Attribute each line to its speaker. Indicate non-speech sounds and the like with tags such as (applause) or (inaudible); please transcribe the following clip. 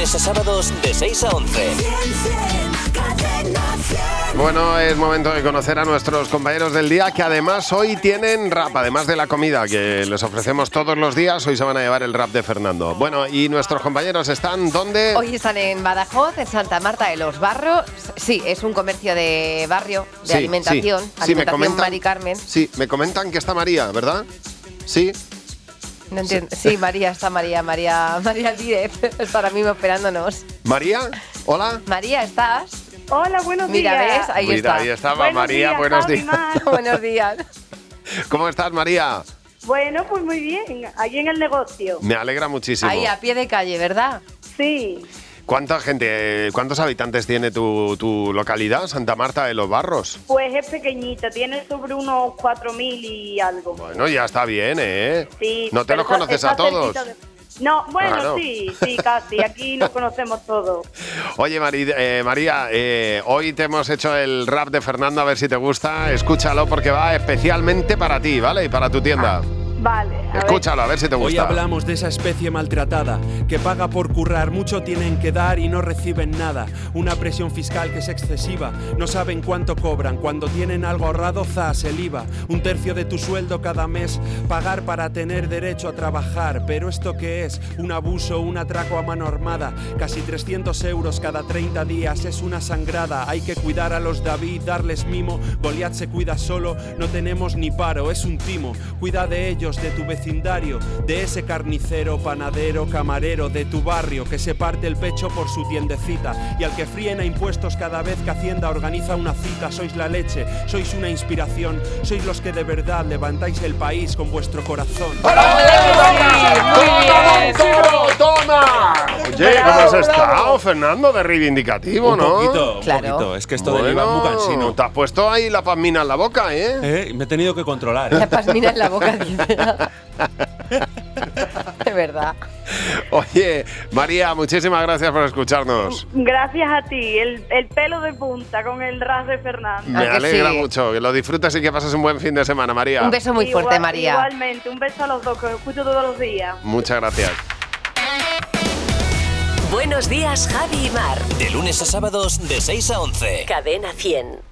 Speaker 1: a sábados de 6 a 11.
Speaker 2: Bueno, es momento de conocer a nuestros compañeros del día que además hoy tienen rap, además de la comida que les ofrecemos todos los días, hoy se van a llevar el rap de Fernando. Bueno, y nuestros compañeros están donde...
Speaker 3: Hoy están en Badajoz, en Santa Marta de los Barros. Sí, es un comercio de barrio, de
Speaker 2: Sí,
Speaker 3: alimentación.
Speaker 2: sí. Sí, me
Speaker 3: alimentación
Speaker 2: comentan-
Speaker 3: Mari Carmen.
Speaker 2: Sí, me comentan que está María, ¿verdad? Sí.
Speaker 3: No entiendo. Sí, María, está María, María, María Díez. (laughs) Está ahora mismo esperándonos.
Speaker 2: María, hola.
Speaker 3: María, ¿estás?
Speaker 4: Hola, buenos
Speaker 3: Mira,
Speaker 4: días.
Speaker 3: ¿ves? Ahí
Speaker 2: Mira,
Speaker 3: está.
Speaker 2: ahí estaba
Speaker 4: Buenos
Speaker 2: María,
Speaker 4: días,
Speaker 2: buenos
Speaker 4: Javi,
Speaker 2: días.
Speaker 4: Mar.
Speaker 3: (laughs) Buenos días.
Speaker 2: (laughs) ¿Cómo estás, María?
Speaker 4: Bueno, pues muy bien, ahí en el negocio.
Speaker 2: Me alegra muchísimo.
Speaker 3: Ahí, a pie de calle, ¿verdad? (laughs)
Speaker 4: Sí,
Speaker 2: ¿Cuánta gente, eh, cuántos habitantes tiene tu, tu localidad, Santa Marta de los Barros?
Speaker 4: pues es pequeñita, tiene sobre unos 4.000 y algo.
Speaker 2: Bueno, ya está bien, ¿eh?
Speaker 4: Sí,
Speaker 2: no te
Speaker 4: pero
Speaker 2: los
Speaker 4: está-
Speaker 2: conoces
Speaker 4: está
Speaker 2: a todos.
Speaker 4: cerquita de- No, bueno,
Speaker 2: Claro.
Speaker 4: sí, sí, casi. Aquí
Speaker 2: (laughs)
Speaker 4: nos conocemos todos.
Speaker 2: Oye, Mari- eh, María, eh, hoy te hemos hecho el rap de Fernando, a ver si te gusta. Escúchalo porque va especialmente para ti, ¿vale? Y para tu tienda.
Speaker 4: Vale. Ah, a ver.
Speaker 2: Escúchalo, a ver si te
Speaker 5: Hoy
Speaker 2: gusta.
Speaker 5: hablamos de esa especie maltratada, que paga por currar, mucho tienen que dar y no reciben nada. Una presión fiscal que es excesiva, no saben cuánto cobran, cuando tienen algo ahorrado, zas el IVA. Un tercio de tu sueldo cada mes, pagar para tener derecho a trabajar. Pero esto que es, un abuso, un atraco a mano armada, casi 300 euros cada 30 días, es una sangrada. Hay que cuidar a los David, darles mimo, Goliat se cuida solo, no tenemos ni paro, es un timo. Cuida de ellos, de tu vecindario, de ese carnicero, panadero, camarero, de tu barrio, que se parte el pecho por su tiendecita y al que fríen a impuestos cada vez que Hacienda organiza una cita. Sois la leche, sois una inspiración, sois los que de verdad levantáis el país con vuestro corazón.
Speaker 2: Oye, ¿cómo has estado, Fernando? De reivindicativo,
Speaker 6: un
Speaker 2: ¿no?
Speaker 6: poquito, un
Speaker 3: Claro.
Speaker 6: poquito. Es que esto
Speaker 2: Bueno,
Speaker 6: del Iván Bucansino.
Speaker 2: Te has puesto ahí la pasmina en la boca,
Speaker 5: (laughs)
Speaker 2: ¿eh? (laughs)
Speaker 6: Eh, me he tenido que controlar.
Speaker 3: La
Speaker 6: ¿eh?
Speaker 3: pasmina en la boca. dice. (laughs) De verdad.
Speaker 2: Oye, María, muchísimas gracias por escucharnos.
Speaker 4: Gracias a ti, el, el pelo de punta con el ras de Fernando.
Speaker 2: Me
Speaker 3: Ah, que
Speaker 2: alegra
Speaker 3: sí.
Speaker 2: mucho, que lo disfrutes y que pases un buen fin de semana, María.
Speaker 3: Un beso muy
Speaker 4: Igual-
Speaker 3: fuerte, María.
Speaker 4: Igualmente, un beso a los dos, que os escucho todos los días.
Speaker 2: Muchas gracias.
Speaker 7: Buenos días, Javi y Mar.
Speaker 1: De lunes a sábados de 6 a 11.
Speaker 7: Cadena 100.